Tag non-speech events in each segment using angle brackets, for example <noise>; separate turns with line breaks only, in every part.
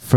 for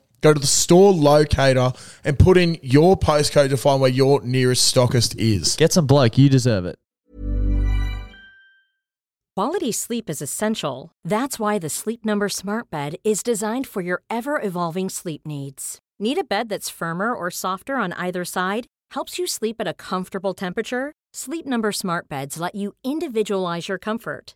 go to the store locator and put in your postcode to find where your nearest stockist is.
Get some bloke. You deserve it.
Quality sleep is essential. That's why the Sleep Number Smart Bed is designed for your ever evolving sleep needs. Need a bed that's firmer or softer on either side? Helps you sleep at a comfortable temperature? Sleep Number Smart Beds let you individualize your comfort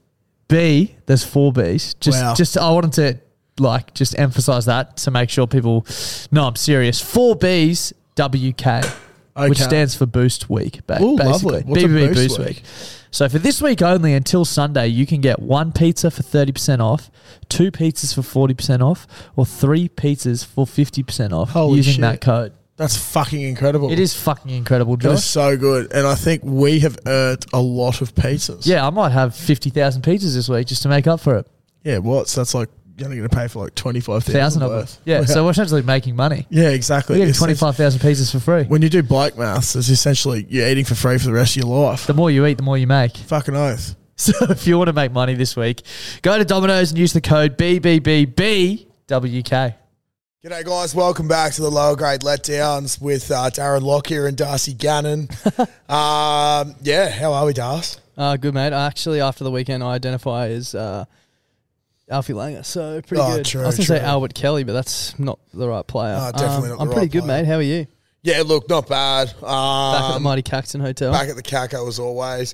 B. There's four Bs. Just,
Wow.
just I wanted to like just emphasize that to make sure people. No, I'm serious. Four Bs. WK, which
Okay.
stands for Boost Week. Ba-
Ooh,
basically,
lovely. What's a
BBB
Boost
Boost,
Week?
week? So for this week only, until Sunday, you can get one pizza for thirty percent off, two pizzas for forty percent off, or three pizzas for fifty percent off
Holy
using
shit.
that code.
That's fucking incredible.
It is fucking incredible,
That is
Josh.
so good. And I think we have earned a lot of pizzas.
Yeah, I might have fifty thousand pizzas this week just to make up for it.
Yeah, what's that's like you're only going to pay for like twenty five
thousand
thousand
of them.
<laughs>
Yeah, so we're essentially making money.
yeah, exactly.
We're getting
It's-
twenty five thousand pieces for free.
When you do bike maths, it's essentially you're eating for free for the rest of your life.
The more you eat, the more you make. <laughs>
Fucking oath.
So if you want to make money this week, go to Domino's and use the code BBBBWK.
G'day, guys. Welcome back to the lower grade letdowns with uh, Darren Lockyer and Darcy <laughs> Gannon. um, yeah, how are we, Darcy?
Uh, good mate. I Actually, after the weekend, I identify as uh, Alfie Langer, so pretty
Oh,
good.
true,
I was gonna say
true.
Albert Kelly, but that's not the right player. Um,
No, definitely not the
I'm pretty
right
good,
player.
mate. How are you?
Yeah, look, not bad. Um,
Back at the Mighty Caxton Hotel.
back at the Caco as always.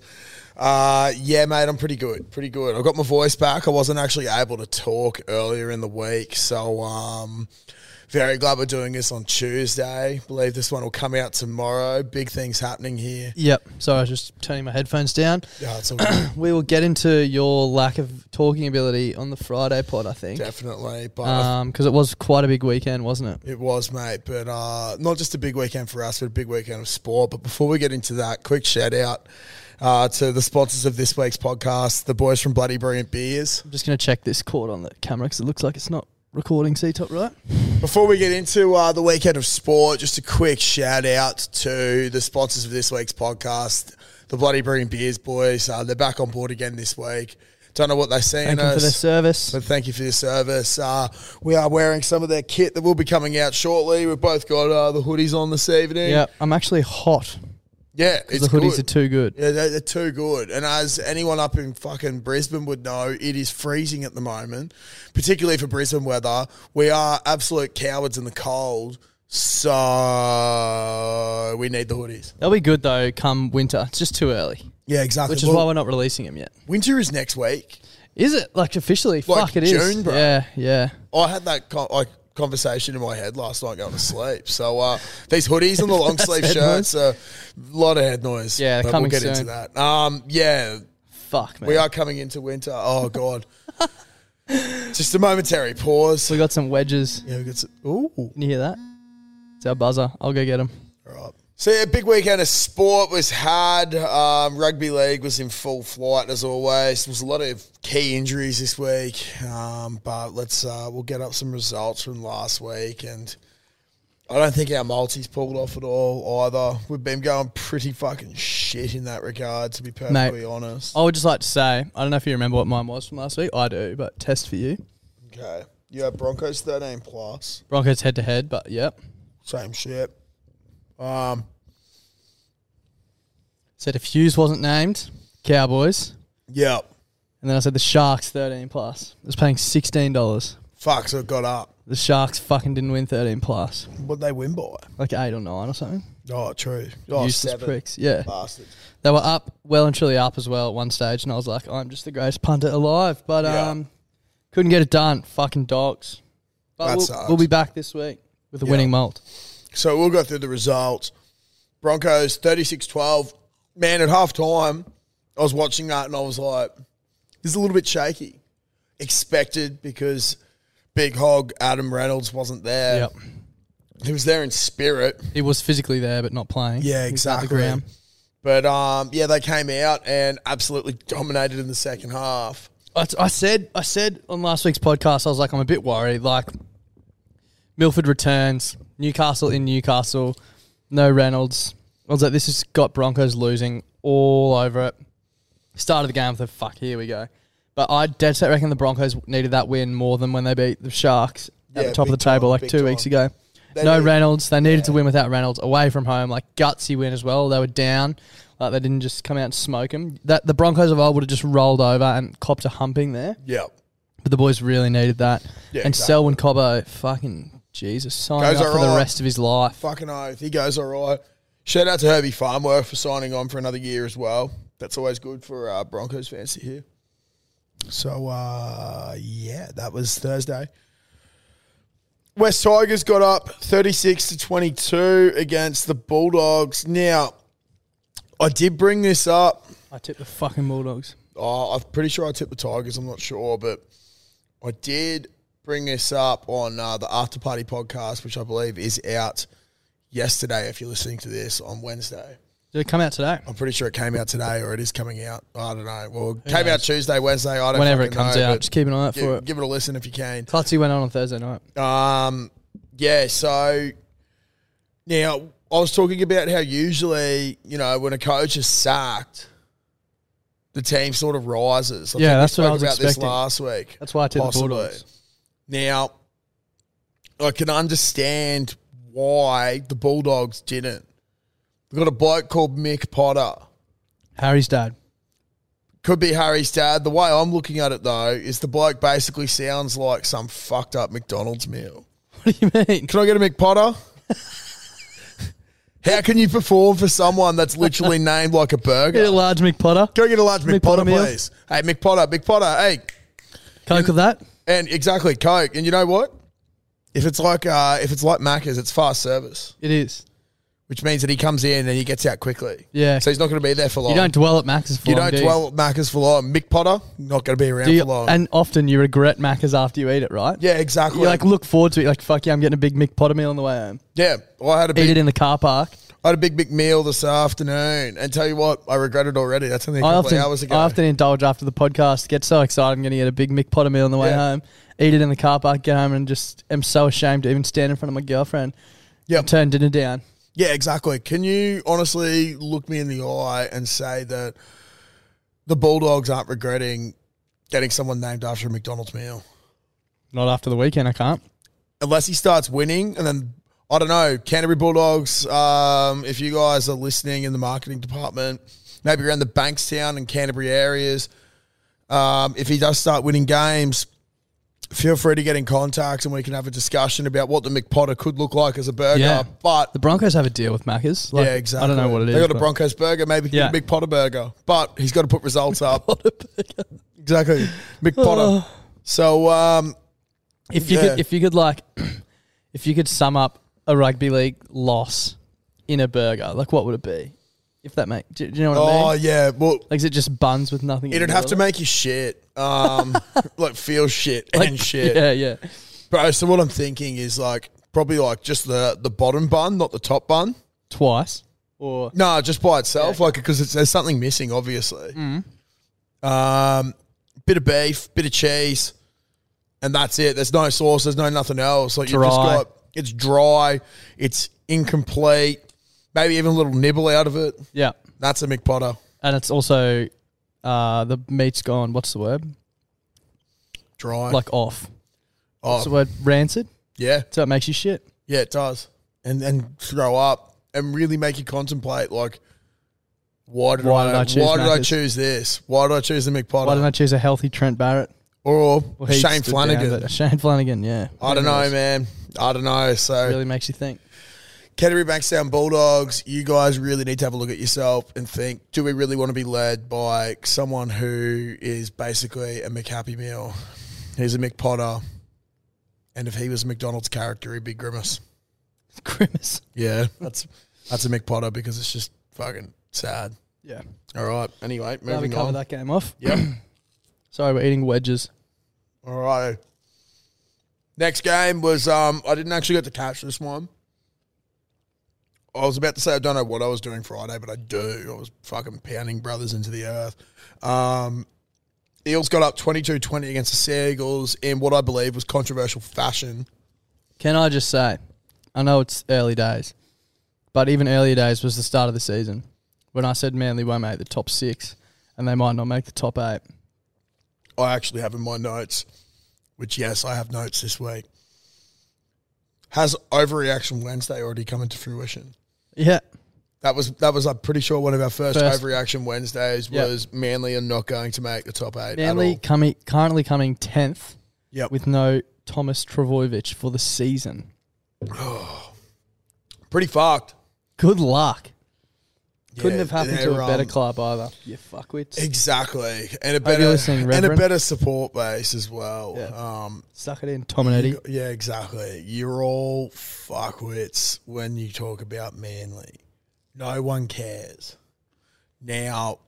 Uh, yeah, mate, I'm pretty good. Pretty good. I got my voice back. I wasn't actually able to talk earlier in the week, so um, very glad we're doing this on Tuesday. Believe this one will come out tomorrow. Big things happening here.
Yep. So I was just turning my headphones down.
Yeah, <coughs> it's all good,
We will get into your lack of talking ability on the Friday pod, I think,
definitely. But I
because it was quite a big weekend, wasn't it?
It was, mate. But uh, not just a big weekend for us, but a big weekend of sport. But before we get into that, quick shout out uh, to the sponsors of this week's podcast, the boys from Bloody Brilliant Beers.
I'm just gonna check this cord on the camera because it looks like it's not recording. C top right.
Before we get into uh, the weekend of sport, just a quick shout out to the sponsors of this week's podcast, the Bloody Brilliant Beers boys. Uh, they're back on board again this week. Don't know what they're seeing
Thank you for
us.
their service.
But thank you for your service. Uh, we are wearing some of their kit that will be coming out shortly. We've both got uh, the hoodies on this evening.
Yeah, I'm actually hot.
Yeah,
'cause
it's
The hoodies
good.
are too good.
Yeah, they're, they're too good. And as anyone up in fucking Brisbane would know, it is freezing at the moment, particularly for Brisbane weather. We are absolute cowards in the cold, so we need the hoodies.
They'll be good though. Come winter, it's just too early.
Yeah, exactly.
which is why we're not releasing him yet.
winter is next week.
Is it like officially?
Like
Fuck, it is.
June, bro.
Yeah, yeah.
I had that co- like conversation in my head last night going to sleep. So uh, these hoodies
<laughs>
and the long sleeve
head
shirts, a lot of head noise.
Yeah, they're
but
coming
we'll get into
soon.
that. Um, yeah,
Fuck, man.
we are coming into winter. Oh god, just a momentary pause.
We got some wedges.
Yeah, we got some, ooh.
Can you hear that? It's our buzzer. I'll go get him.
Right. So yeah, big weekend of sport was hard. Um, rugby league was in full flight as always. There was a lot of key injuries this week, um, but let's uh, we'll get up some results from last week, and I don't think our multis pulled off at all either. We've been going pretty fucking shit in that regard, to be perfectly honest.
I would just like to say, I don't know if you remember what mine was from last week. I do, but test for you.
Okay, you have Broncos thirteen plus,
Broncos head to head, but yep.
same shit. Um,
Said if Hughes wasn't named, Cowboys.
yeah,
And then I said the Sharks 13 plus. It was paying $16.
fuck, so it got up.
The Sharks fucking didn't win 13 plus.
What they win by?
Like eight or nine or something.
Oh, true. Oh,
Useless
seven.
pricks. Yeah.
Bastards.
They were up, well and truly up as well at one stage. And I was like, I'm just the greatest punter alive. But
Yeah.
um, couldn't get it done. Fucking dogs.
That
But we'll,
sucks.
we'll be back this week with a
Yeah.
winning malt.
So we'll go through the results. Broncos 36-12. Man, at half time, I was watching that and I was like, this is a little bit shaky. Expected because Big Hog Adam Reynolds wasn't there.
Yep.
He was there in spirit.
He was physically there, but not playing.
Yeah,
He was at the
exactly.
ground.
But um, yeah, they came out and absolutely dominated in the second half.
I, I said, I said on last week's podcast, I was like, I'm a bit worried. Like, Milford returns, Newcastle in Newcastle, no Reynolds. I was like, this has got Broncos losing all over it. Start of the game, I thought, fuck, here we go. But I dead set reckon the Broncos needed that win more than when they beat the Sharks at
Yeah,
the top of the
big time,
table like
big
two weeks
time.
ago.
They
no
needed-
Reynolds. They needed to win without Reynolds away from home, like gutsy win as well. They were down, like they didn't just come out and smoke them. That the Broncos of old would have just rolled over and copped a humping there,
Yep.
but the boys really needed that.
Yeah,
and
exactly.
Selwyn Cobbo, fucking Jesus, signed
Goes
up for the
alright.
rest of his life.
Fucking oath. He goes all right. Shout out to Herbie Farmworth for signing on for another year as well. That's always good for uh, Broncos fans to hear. So, uh, yeah, that was Thursday. West Tigers got up 36 to 22 against the Bulldogs. Now, I did bring this up.
I tipped the fucking Bulldogs.
Oh, I'm pretty sure I tipped the Tigers. I'm not sure, but I did bring this up on uh, the After Party podcast, which I believe is out yesterday. If you're listening to this on Wednesday,
Did it come out today?
I'm pretty sure it came out today or it is coming out. I don't know. Well, it came out Tuesday, Wednesday. I don't.
Whenever it
fucking
comes
know,
out,
but
just keep an eye out for
give,
it.
give it a listen if you can.
Clutzy went on on Thursday night.
Um, yeah, so now I was talking about how usually, you know, when a coach is sacked, the team sort of rises. I
Yeah,
think we
that's what I
spoke
was
about this
expecting.
last week.
That's why I tipped
possibly.
the Bulldogs.
Now, I can understand why the Bulldogs didn't. We've got a bloke called Mick Potter.
Harry's dad. <laughs>
Could be Harry's dad. The way I'm looking at it, though, is the bloke basically sounds like some fucked up McDonald's meal.
What do you mean?
Can I get a McPotter? <laughs> How can you perform for someone that's
<laughs>
literally named like a burger?
Get a large McPotter.
Go get a large McPotter,
McPotter meal.
please. Hey, McPotter, McPotter, hey.
Coke of that.
And exactly, Coke. And you know what? If it's like uh, if it's like Macca's, it's fast service,
It is.
which means that he comes in and he gets out quickly.
Yeah.
So he's not going to be there for long.
You don't dwell at Macca's for
You
long,
don't
do you?
dwell at Macca's for long. McPotter, not going to be around
Do you-
for long.
and often you regret Macca's after you eat it, right?
yeah, exactly.
You like look forward to it, like fuck yeah, I'm getting a big McPotter meal on the way home.
yeah, well, I had a
Eat
big,
it in the car park.
I had a big, big meal this afternoon, and tell you what, I regret it already. That's only a
I
couple
often,
of hours ago.
I often indulge after the podcast. Get so excited, I'm going to get a big McPotter meal on the way
Yeah.
home. Eat it in the car park. Get home and just am so ashamed to even stand in front of my girlfriend.
Yep.
and turn dinner down.
Yeah, exactly. Can you honestly look me in the eye and say that the Bulldogs aren't regretting getting someone named after a McDonald's meal?
Not after the weekend, I can't.
Unless he starts winning, and then I don't know, Canterbury Bulldogs. Um, if you guys are listening in the marketing department, maybe around the Bankstown and Canterbury areas, um, if he does start winning games, feel free to get in contact and we can have a discussion about what the McPotter could look like as a burger.
Yeah.
But
The Broncos have a deal with Macca's. Like,
yeah, exactly.
I don't know what it is.
They got a
but-
Broncos burger, maybe
Yeah.
yeah. Mick Potter burger, but he's got to put results up.
<laughs> Oh.
Exactly, Mick Potter. So um,
If you
Yeah.
could, if you could like <clears throat> If you could sum up a rugby league loss in a burger, like what would it be? If that make, do, do you know what
Oh
I mean?
yeah, well,
Like is it just buns with nothing? in
it'd
the
have to
middle?
make you shit, um,
<laughs>
like feel shit and shit,
Yeah, yeah.
bro. So what I'm thinking is like probably like just the the bottom bun, not the top bun.
Twice or
No, just by itself, like because it's there's something missing, obviously.
Mm.
Um, bit of beef, bit of cheese, and that's it. There's no sauce. There's no nothing else. Like you've just
Dry.
got it's dry, it's incomplete. Maybe even a little nibble out of it.
yeah,
That's a McPotter.
and it's also uh, the meat's gone. What's the word?
Dry.
Like off. What's the
oh,
word? Rancid.
yeah,
So it makes you shit.
yeah, it does. And and throw up and really make you contemplate. Like, why did I,
Why did I choose
why did I
Macca's?
choose this? Why did I choose the McPotter?
Why didn't I choose a healthy Trent Barrett
or
Well, he
Shane
stood down,
Flanagan?
but Shane Flanagan, yeah.
I don't
Who
know,
knows?
man. I don't know. So,
It really makes you think. <laughs>
Canterbury Bankstown Bulldogs, you guys really need to have a look at yourself and think: Do we really want to be led by someone who is basically a McHappy Meal? He's a McPotter, and if he was McDonald's character, he'd be grimace.
Grimace.
Yeah, that's that's a McPotter because it's just fucking sad.
Yeah.
All right. Anyway,
Now we
moving
cover
on.
that game off.
Yep.
<coughs> Sorry, we're eating wedges.
All right. Next game was um I didn't actually get to catch this one. I was about to say I don't know what I was doing Friday, but I do. I was fucking pounding brothers into the earth. Um, Eels got up 22-20 against the Seagulls in what I believe was controversial fashion.
Can I just say, I know it's early days, but even earlier days was the start of the season when I said Manly won't make the top six and they might not make the top eight.
I actually have in my notes, which yes, I have notes this week. Has overreaction Wednesday already come into fruition?
Yeah.
That was that was I'm pretty sure one of our first,
First.
overreaction Wednesdays
Yep.
was Manly are not going to make the top eight.
Manly
at all.
coming, currently coming 10th
Yep.
with no Thomas Travojevic for the season.
pretty fucked.
Good luck. Couldn't
Yeah,
have happened to
they're,
a better
um,
club either. You fuckwits.
Exactly, and a
Hope you're
better
listening,
and a
Reverend.
better support base as well.
Yeah.
Um,
Suck it in, Tominetti.
you- yeah, exactly. You're all fuckwits when you talk about Manly. No one cares. Now,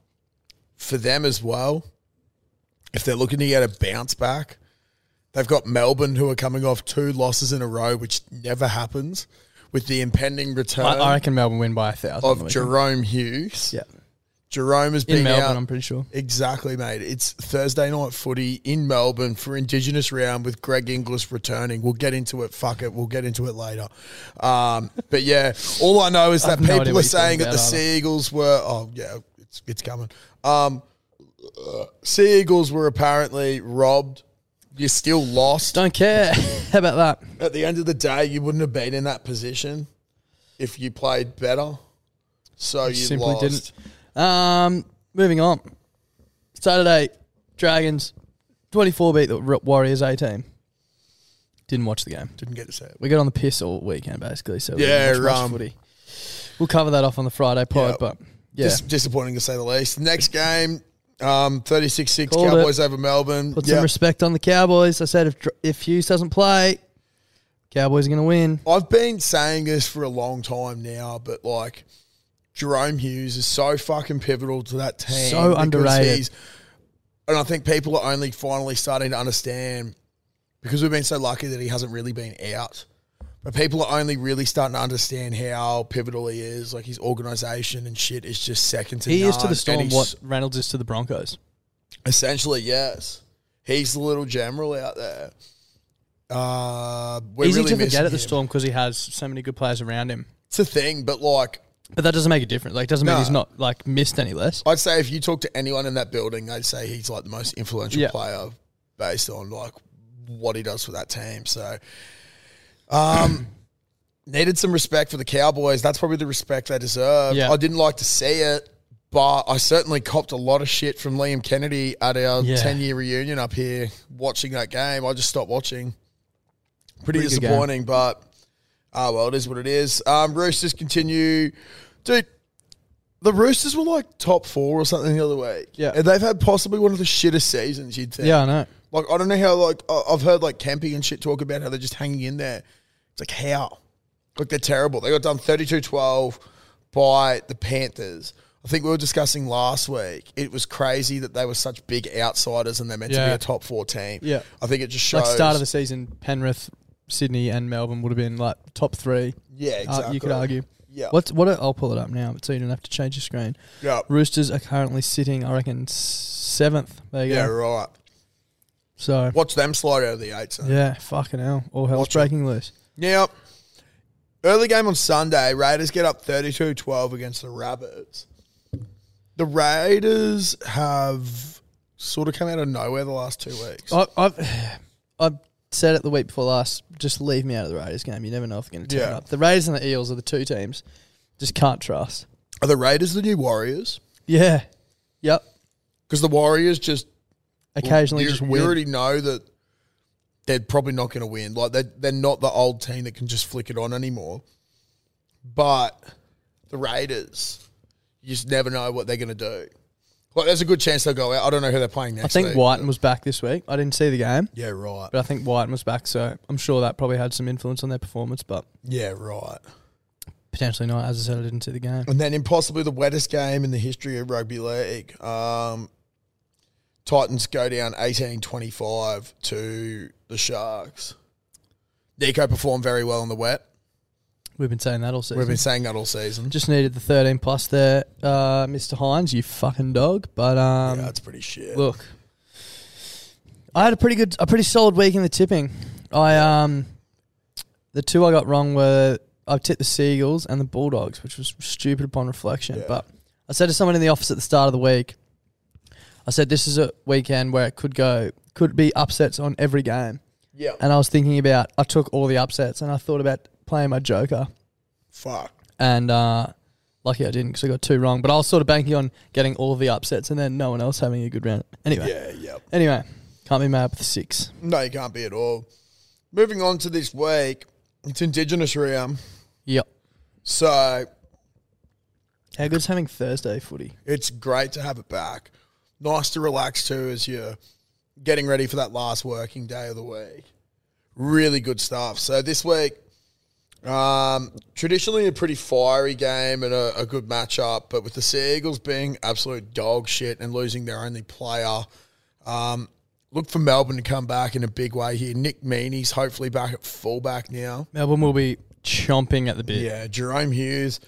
for them as well, if they're looking to get a bounce back, they've got Melbourne who are coming off two losses in a row, which never happens, with the impending return
I, I reckon Melbourne win by a thousand. on the
of
weekend.
Jerome Hughes.
Yeah.
Jerome has
In
been
Melbourne,
out.
I'm pretty sure.
Exactly, mate. It's Thursday night footy in Melbourne for Indigenous round with Greg Inglis returning. We'll get into it. Fuck it. We'll get into it later. Um, but yeah, all I know is that
I've no idea
people
what
are
you're
saying
talking
that the
about either.
Seagulls were. Oh yeah, it's it's coming. Um, Seagulls were apparently robbed. You still lost.
Don't care. <laughs> How about that?
At the end of the day, you wouldn't have been in that position if you played better. So you
Simply
lost.
didn't. Um, moving on. Saturday, Dragons 24 beat the R- Warriors 18. Didn't watch the game.
Didn't get to say it.
We got on the piss all weekend basically, so we
Yeah,
didn't watch much
um,
footy. We'll cover that off on the Friday pod,
Yeah.
but yeah,
Dis- disappointing to say the least. Next game, um, 36-6
Called
Cowboys over Melbourne.
put
Yeah.
some respect on the Cowboys. I said if Dr- if Hughes doesn't play, Cowboys are going to win.
I've been saying this for a long time now, but like Jerome Hughes is so fucking pivotal to that team.
So
because
underrated.
and I think people are only finally starting to understand because we've been so lucky that he hasn't really been out. But people are only really starting to understand how pivotal he is. Like his organization and shit is just second to
He
none.
is to the
and
Storm
he's
what Reynolds is to the Broncos.
Essentially, yes. He's the little general out there. Uh, we're
Easy
really
to forget
missing
at the
him.
Storm because he has so many good players around him.
It's a thing, but like,
But that doesn't make a difference. Like, doesn't mean
No.
he's not like missed any less.
I'd say if you talk to anyone in that building, they'd say he's like the most influential
Yeah.
player based on like what he does for that team. So, um, <clears throat> needed some respect for the Cowboys. That's probably the respect they deserve.
Yeah.
I didn't like to see it, but I certainly copped a lot of shit from Liam Kennedy at our
Yeah.
10 year reunion up here watching that game. I just stopped watching. Pretty,
Pretty good game.
disappointing, but ah, well, it is what it is. Um, Roosters continue. Dude, the Roosters were like top four or something the other week.
Yeah.
And they've had possibly one of the shittest seasons, you'd think.
Yeah, I know.
Like, I don't know how, like, I- I've heard, like, Kempy and shit talk about how they're just hanging in there. It's like, how? Look, they're terrible. They got done 32 12 by the Panthers. I think we were discussing last week. It was crazy that they were such big outsiders and they're meant to be
Yeah.
a top four team.
Yeah.
I think it just shows.
Like start of the season, Penrith, Sydney, and Melbourne would have been like top three.
Yeah,
Uh, you
exactly.
could argue.
Yeah.
What's what? Are, I'll pull it up now, so you don't have to change your screen.
Yeah.
Roosters are currently sitting, I reckon, seventh. There you
Yeah,
go.
right.
So
Watch them slide out of the eight. Son.
yeah, fucking hell, all hell's
Watch it.
breaking loose.
Now, early game on Sunday, Raiders get up 32 12 against the Rabbits. The Raiders have sort of come out of nowhere the last two weeks.
I, I've <sighs> I've said it the week before last. Just leave me out of the Raiders game. You never know if they're going to turn
Yeah.
up. The Raiders and the Eels are the two teams. Just can't trust.
Are the Raiders the new Warriors?
Yeah. Yep.
Because the Warriors just
Occasionally
you,
just
you
win.
already know that they're probably not going to win. Like they they're not the old team that can just flick it on anymore. But the Raiders, you just never know what they're going to do. Like there's a good chance they'll go out. I don't know who they're playing next.
I think
week.
Whiten was back this week. I didn't see the game,
Yeah, right.
but I think Whiten was back, so I'm sure that probably had some influence on their performance, but
Yeah, right.
potentially not. As I said, I didn't see the game.
And then in possibly the wettest game in the history of rugby league, um, Titans go down 18-25 to the Sharks. Nico performed very well in the wet.
We've been saying that all season.
We've been saying that all season.
Just needed the 13 plus there, uh, Mr. Hines, you fucking dog. But um,
yeah, that's pretty shit.
look, I had a pretty good, a pretty solid week in the tipping. I um, the two I got wrong were I tipped the Seagulls and the Bulldogs, which was stupid upon reflection.
Yeah.
But I said to someone in the office at the start of the week, I said this is a weekend where it could go, could be upsets on every game.
yeah.
And I was thinking about, I took all the upsets and I thought about playing my Joker
Fuck.
and uh, lucky I didn't because I got two wrong. But I was sort of banking on getting all of the upsets and then no one else having a good round. Anyway,
Yeah, yeah.
anyway, can't be mad with the six.
No, you can't be at all. Moving on to this week, it's Indigenous round.
Yep.
So
How good's having Thursday footy?
it's great to have it back. Nice to relax too as you're getting ready for that last working day of the week. Really good stuff. So this week, um, traditionally a pretty fiery game and a, a good matchup, but with the Seagulls being absolute dog shit and losing their only player, um, look for Melbourne to come back in a big way here. Nick Meaney's hopefully back at fullback now.
Melbourne will be chomping at the bit.
Yeah, Jerome Hughes.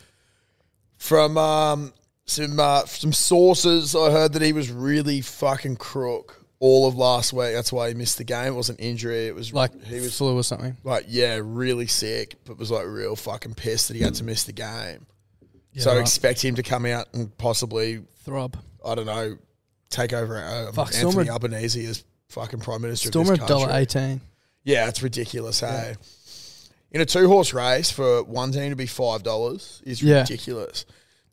From um, some uh, some sources, I heard that he was really fucking crook all of last week. That's why he missed the game. It wasn't injury. It was
Like
he was
flu or something.
like yeah, really sick, but was like real fucking pissed that he had to miss the game. so
right.
expect him to come out and possibly
Throb.
I don't know take over um,
Fuck,
Anthony
Stormer-
Albanese as fucking prime minister.
Stormer
of this country.
dollar eighteen.
Yeah, it's ridiculous. Hey, in a two horse race for one team to be five dollars is
Yeah.
ridiculous.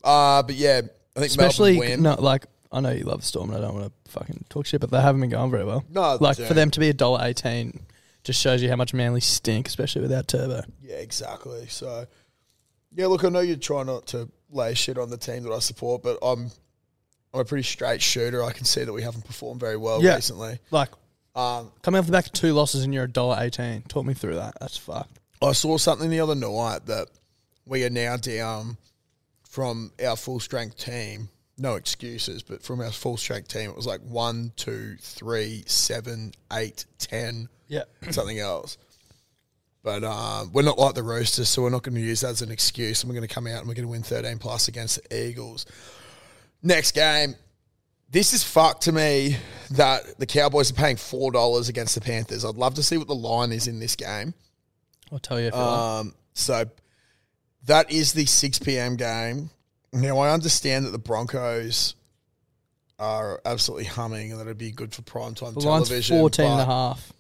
Uh but yeah, I think
Especially
Melbourne win.
no, like I know you love Storm and I don't want to fucking talk shit, but they haven't been going very well.
No,
like
they
for
don't.
them to be a dollar eighteen just shows you how much Manly stink, especially without Turbo.
Yeah, exactly. So yeah, look, I know you try not to lay shit on the team that I support, but I'm I'm a pretty straight shooter. I can see that we haven't performed very well
Yeah.
recently.
Like
Um,
Coming off the back of two losses and you're a dollar eighteen. Talk me through that. That's fucked.
I saw something the other night that we are now down from our full strength team. No excuses, but from our full strength team, it was like one, two, three, seven, eight, ten,
Yeah.
something else. But um, we're not like the Roosters, so we're not going to use that as an excuse. And we're going to come out and we're going to win 13 plus against the Eagles. Next game. This is fucked to me that the Cowboys are paying $4 against the Panthers. I'd love to see what the line is in this game.
I'll tell you if you want.
Um, so that is the 6 p.m. game. Now, I understand that the Broncos are absolutely humming and that it'd be good for primetime
The line's
television.
14 and
but
a half.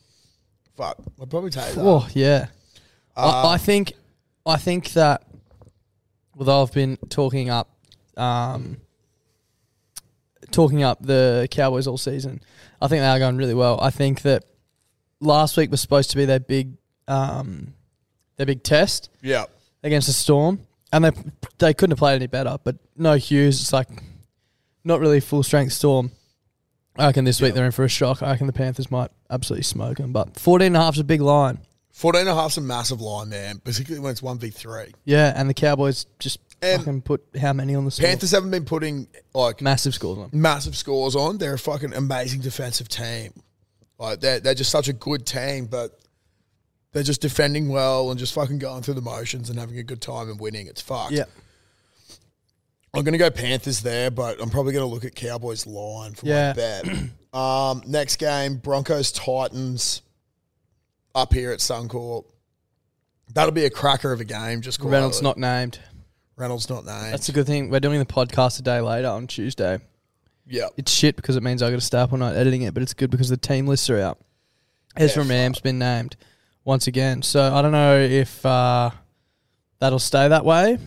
Fuck, I'd probably take that.
Oh yeah. I, I think I think that although I've been talking up um, talking up the Cowboys all season, I think they are going really well. I think that last week was supposed to be their big um, their big test.
Yeah.
against the Storm, and they they couldn't have played any better. But no Hughes, it's like not really full strength Storm. I reckon this week they're in for a shock. I reckon the Panthers might absolutely smoke them. But 14 and a half is a big line.
14 and a half's a massive line, man, particularly when it's 1v3.
Yeah, and the Cowboys just
And-
fucking put how many on the score?
Panthers haven't been putting like
Massive scores on.
massive scores on. They're a fucking amazing defensive team. Like they're, they're just such a good team, but they're just defending well and just fucking going through the motions and having a good time and winning. It's fucked.
Yeah.
I'm gonna go Panthers there, but I'm probably gonna look at Cowboys line for
Yeah.
my
<clears throat>
bet. um, next game, Broncos Titans up here at Suncorp. That'll be a cracker of a game. Just call
Reynolds
it.
not named.
Reynolds not named.
That's a good thing. We're doing the podcast a day later on Tuesday.
yeah.
It's shit because it means I got to stay up all night editing it, but it's good because the team lists are out. Ezra
Yeah,
Mam's been named once again, so I don't know if uh, that'll stay that way.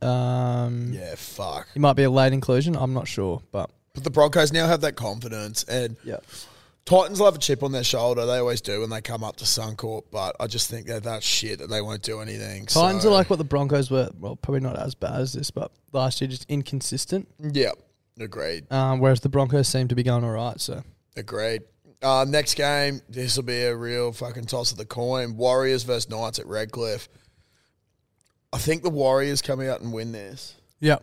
Um,
Yeah. Fuck.
It might be a late inclusion. I'm not sure, but
But the Broncos now have that confidence, and
yeah,
Titans will have a chip on their shoulder. They always do when they come up to Suncorp. But I just think they're that shit that they won't do anything.
Titans
so-
are like what the Broncos were. Well, probably not as bad as this, but last year just inconsistent.
yeah, agreed.
Um, whereas the Broncos seem to be going all right. So
Agreed. Uh, next game, this will be a real fucking toss of the coin. Warriors versus Knights at Redcliffe. I think the Warriors come out and win this.
yeah,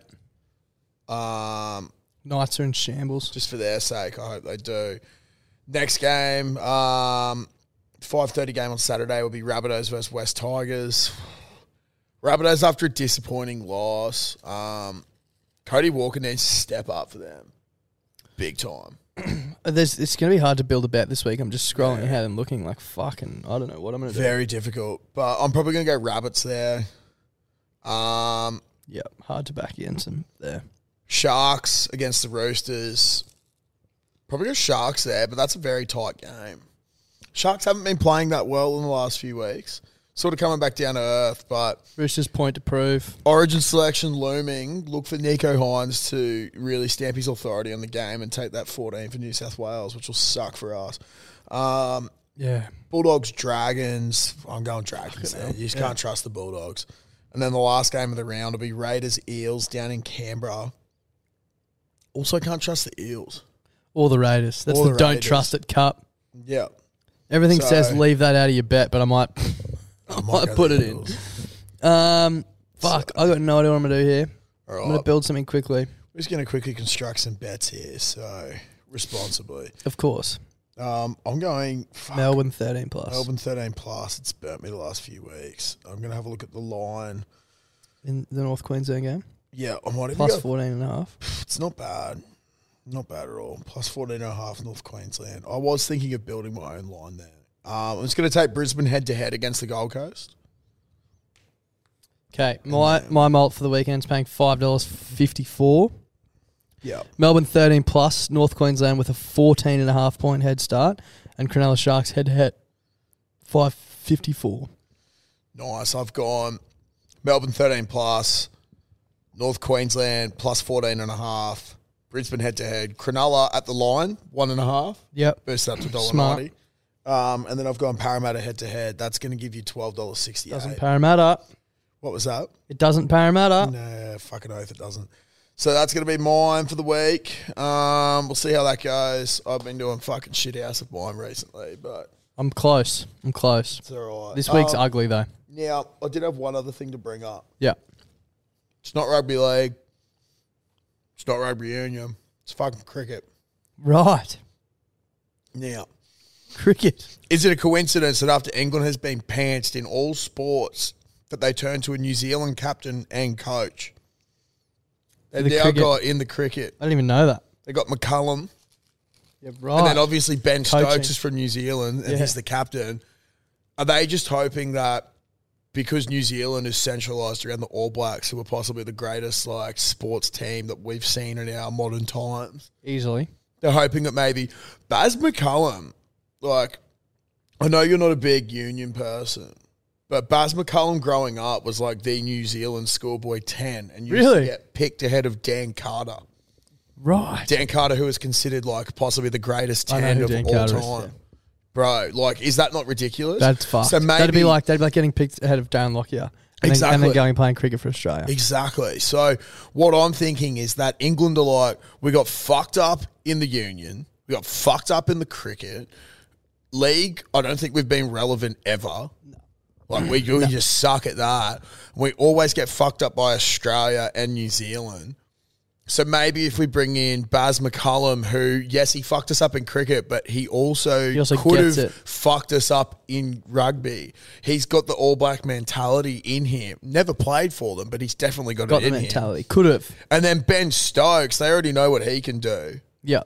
Um,
Knights are in shambles.
just for their sake, I hope they do. Next game, um, five thirty game on Saturday will be Rabbitohs versus West Tigers. Rabbitohs after a disappointing loss. Um, Cody Walker needs to step up for them, big time.
Uh, There's, it's going to be hard to build a bet this week. I'm just scrolling ahead and looking like fucking. I don't know what I'm going to do.
Very difficult, but I'm probably going to go rabbits there. Um,
Yeah, hard to back in some there.
sharks against the roosters. Probably go sharks there, but that's a very tight game. Sharks haven't been playing that well in the last few weeks. Sort of coming back down to earth, but
Roosters point to prove.
origin selection looming. Look for Nico Hines to really stamp his authority on the game and take that 14 for New South Wales, which will suck for us. Um,
Yeah.
Bulldogs, Dragons. I'm going Dragons. there. You just can't trust the Bulldogs. And then the last game of the round will be Raiders Eels down in Canberra. Also, can't trust the Eels.
Or the Raiders. That's
Or
the,
the
don't
Raiders.
trust it cup.
Yeah,
Everything says
So-
leave that out of your bet, but I might.
I
might put it in. Um, fuck, I got no idea what I'm going to do here.
All
I'm going
right,
to build something quickly,
we're just going to quickly construct some bets here, so responsibly.
of course.
Um, I'm going fuck,
Melbourne 13 plus.
Melbourne 13 plus. It's burnt me the last few weeks. I'm going to have a look at the line.
In the North Queensland game.
Yeah, I might even
Plus
go
14 and a half.
It's not bad. Not bad at all. Plus 14 and a half North Queensland. I was thinking of building my own line there. Um, I'm just going to take Brisbane head to head against the Gold Coast.
Okay, my, my malt for the weekend's paying $5.54.
Yeah.
Melbourne 13 plus, North Queensland with a 14 and a half point head start, and Cronulla Sharks head to head 554.
Nice. I've gone Melbourne 13 plus, North Queensland plus 14 and a half, Brisbane head to head, Cronulla at the line, one and a half,
Yep.
burst up to $1.90.
Smart.
Um, and then I've gone Parramatta head to head. That's going to give you $12.68.
Doesn't Parramatta.
what was that?
It doesn't Parramatta.
No, fucking oath it doesn't. So that's going to be mine for the week. Um, we'll see how that goes. I've been doing fucking shit house of mine recently, but
I'm close. I'm close.
it's all right.
This week's
Um,
ugly though.
now, I did have one other thing to bring up.
Yeah.
It's not rugby league. It's not rugby union. It's fucking cricket.
Right.
Now,
Cricket.
is it a coincidence that after England has been pantsed in all sports, that they turn to a New Zealand captain and coach? They've
The
now
cricket.
got in the cricket.
I didn't even know that.
They got McCullum.
Yeah,
And
right.
then obviously Ben
Oh, Coaching.
Stokes is from New Zealand and
Yeah.
he's the captain. Are they just hoping that because New Zealand is centralised around the All Blacks, who are possibly the greatest like sports team that we've seen in our modern times,
Easily.
they're hoping that maybe Baz McCullum, like I know you're not a big union person, but Baz McCullum growing up was like the New Zealand schoolboy ten and used
Really?
to get picked ahead of Dan Carter.
Right.
Dan Carter, who is considered like possibly the greatest
I know
ten
who
of
Dan
all
Carter is,
time.
yeah.
Bro, like, is that not ridiculous?
That's fucked.
So maybe
that'd be like that'd be like getting picked ahead of Dan Lockyer. And Then, and
Exactly.
then going playing cricket for Australia.
exactly. So what I'm thinking is that England are like, we got fucked up in the union, we got fucked up in the cricket. league, I don't think we've been relevant ever. Like we, we just suck at that. We always get fucked up by Australia and New Zealand. So maybe if we bring in Baz McCullum, who yes, he fucked us up in cricket, but he also,
He also
could
gets
have
it.
fucked us up in rugby. He's got the All Black mentality in him. Never played for them, but he's definitely got,
Got
it
the
in him.
mentality. Could have.
And then Ben Stokes, they already know what he can do
Yeah.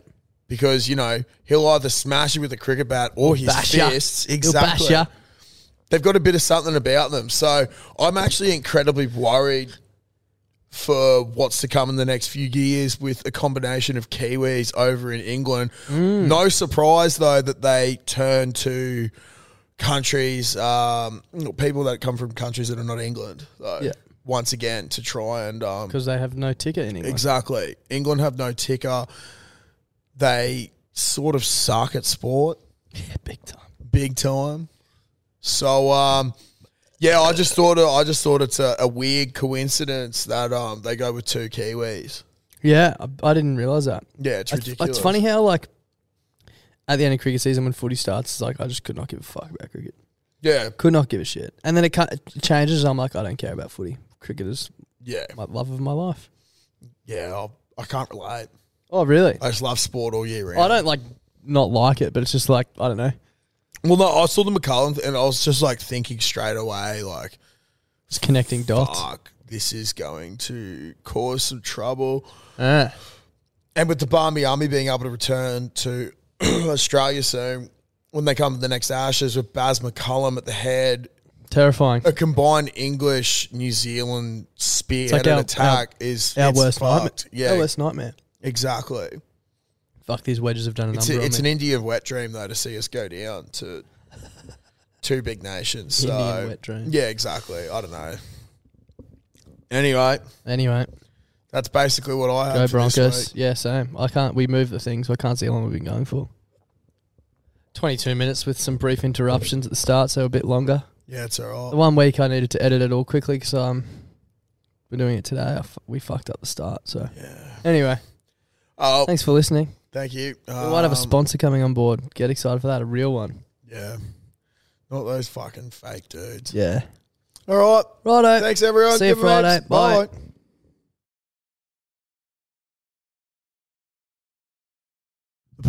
because you know he'll either smash you with a cricket bat or his
Bash ya.
fists.
He'll bash
Exactly.
ya.
They've got a bit of something about them. So I'm actually incredibly worried for what's to come in the next few years with a combination of Kiwis over in England. No surprise though that they turn to countries, um, people that come from countries that are not England. Though,
Yeah.
Once again, to try and um,
Because they have no ticket anymore.
Exactly. England have no ticker. They sort of suck at sport
Yeah, big time.
big time. So um yeah, I just thought it, I just thought it's a, a weird coincidence that um they go with two Kiwis.
Yeah, I, I didn't realize that.
Yeah, it's
I th-
ridiculous.
It's funny how like at the end of cricket season when footy starts, it's like I just could not give a fuck about cricket.
Yeah,
Could not give a shit. And then it, cut, it changes. And I'm like, I don't care about footy. Cricket is
yeah,
my love of my life.
yeah. I'll, I can't relate.
Oh really?
I just love sport all year round.
I don't like not like it, but it's just like I don't know.
Well, no, I saw the McCullum and I was just like thinking straight away, like,
It's connecting dots.
fuck, this is going to cause some trouble.
Ah.
And with the Barmy Army being able to return to <clears throat> Australia soon, when they come to the next Ashes with Baz McCullum at the head,
terrifying.
a combined English New Zealand spear
like our-
attack is
Our
it's
worst nightmare.
fucked. Yeah,
Our worst nightmare.
exactly.
Fuck these wedges have done a
It's,
number
a, it's
on
an
me.
Indian wet dream though to see us go down to two big nations. So
Indian wet dream.
yeah, exactly. I don't know. Anyway,
anyway,
that's basically what I have.
go
for this
Broncos.
week.
Yeah, same. I can't. We moved the things. So I can't see how long we've been going for. Twenty-two minutes with some brief interruptions at the start, so a bit longer.
Yeah, it's
The
all right.
one week I needed to edit it all quickly because um, we're doing it today. I f- we fucked up the start. So
Yeah.
anyway,
Oh,
thanks for listening.
thank you.
We might have
Um,
a sponsor coming on board. Get excited for that. A real one.
Yeah, not those fucking fake dudes.
Yeah.
All right.
Righto.
Thanks everyone.
See you
Give 'em heaps.
Friday. Bye.
The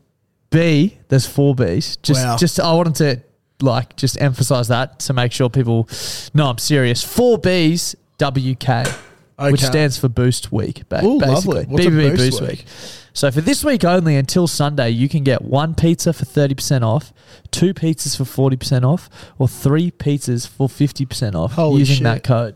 B, there's four B's. Just,
Wow.
just I wanted to like just emphasize that to make sure people know I'm serious. Four B's WK, which
Okay.
stands for Boost Week. Ba-
Ooh,
basically,
lovely. What's a
BBB
Boost
Boost
Week?
Week. So for this week only until Sunday, you can get one pizza for thirty percent off, two pizzas for forty percent off, or three pizzas for fifty percent off
Holy
using
shit.
that code.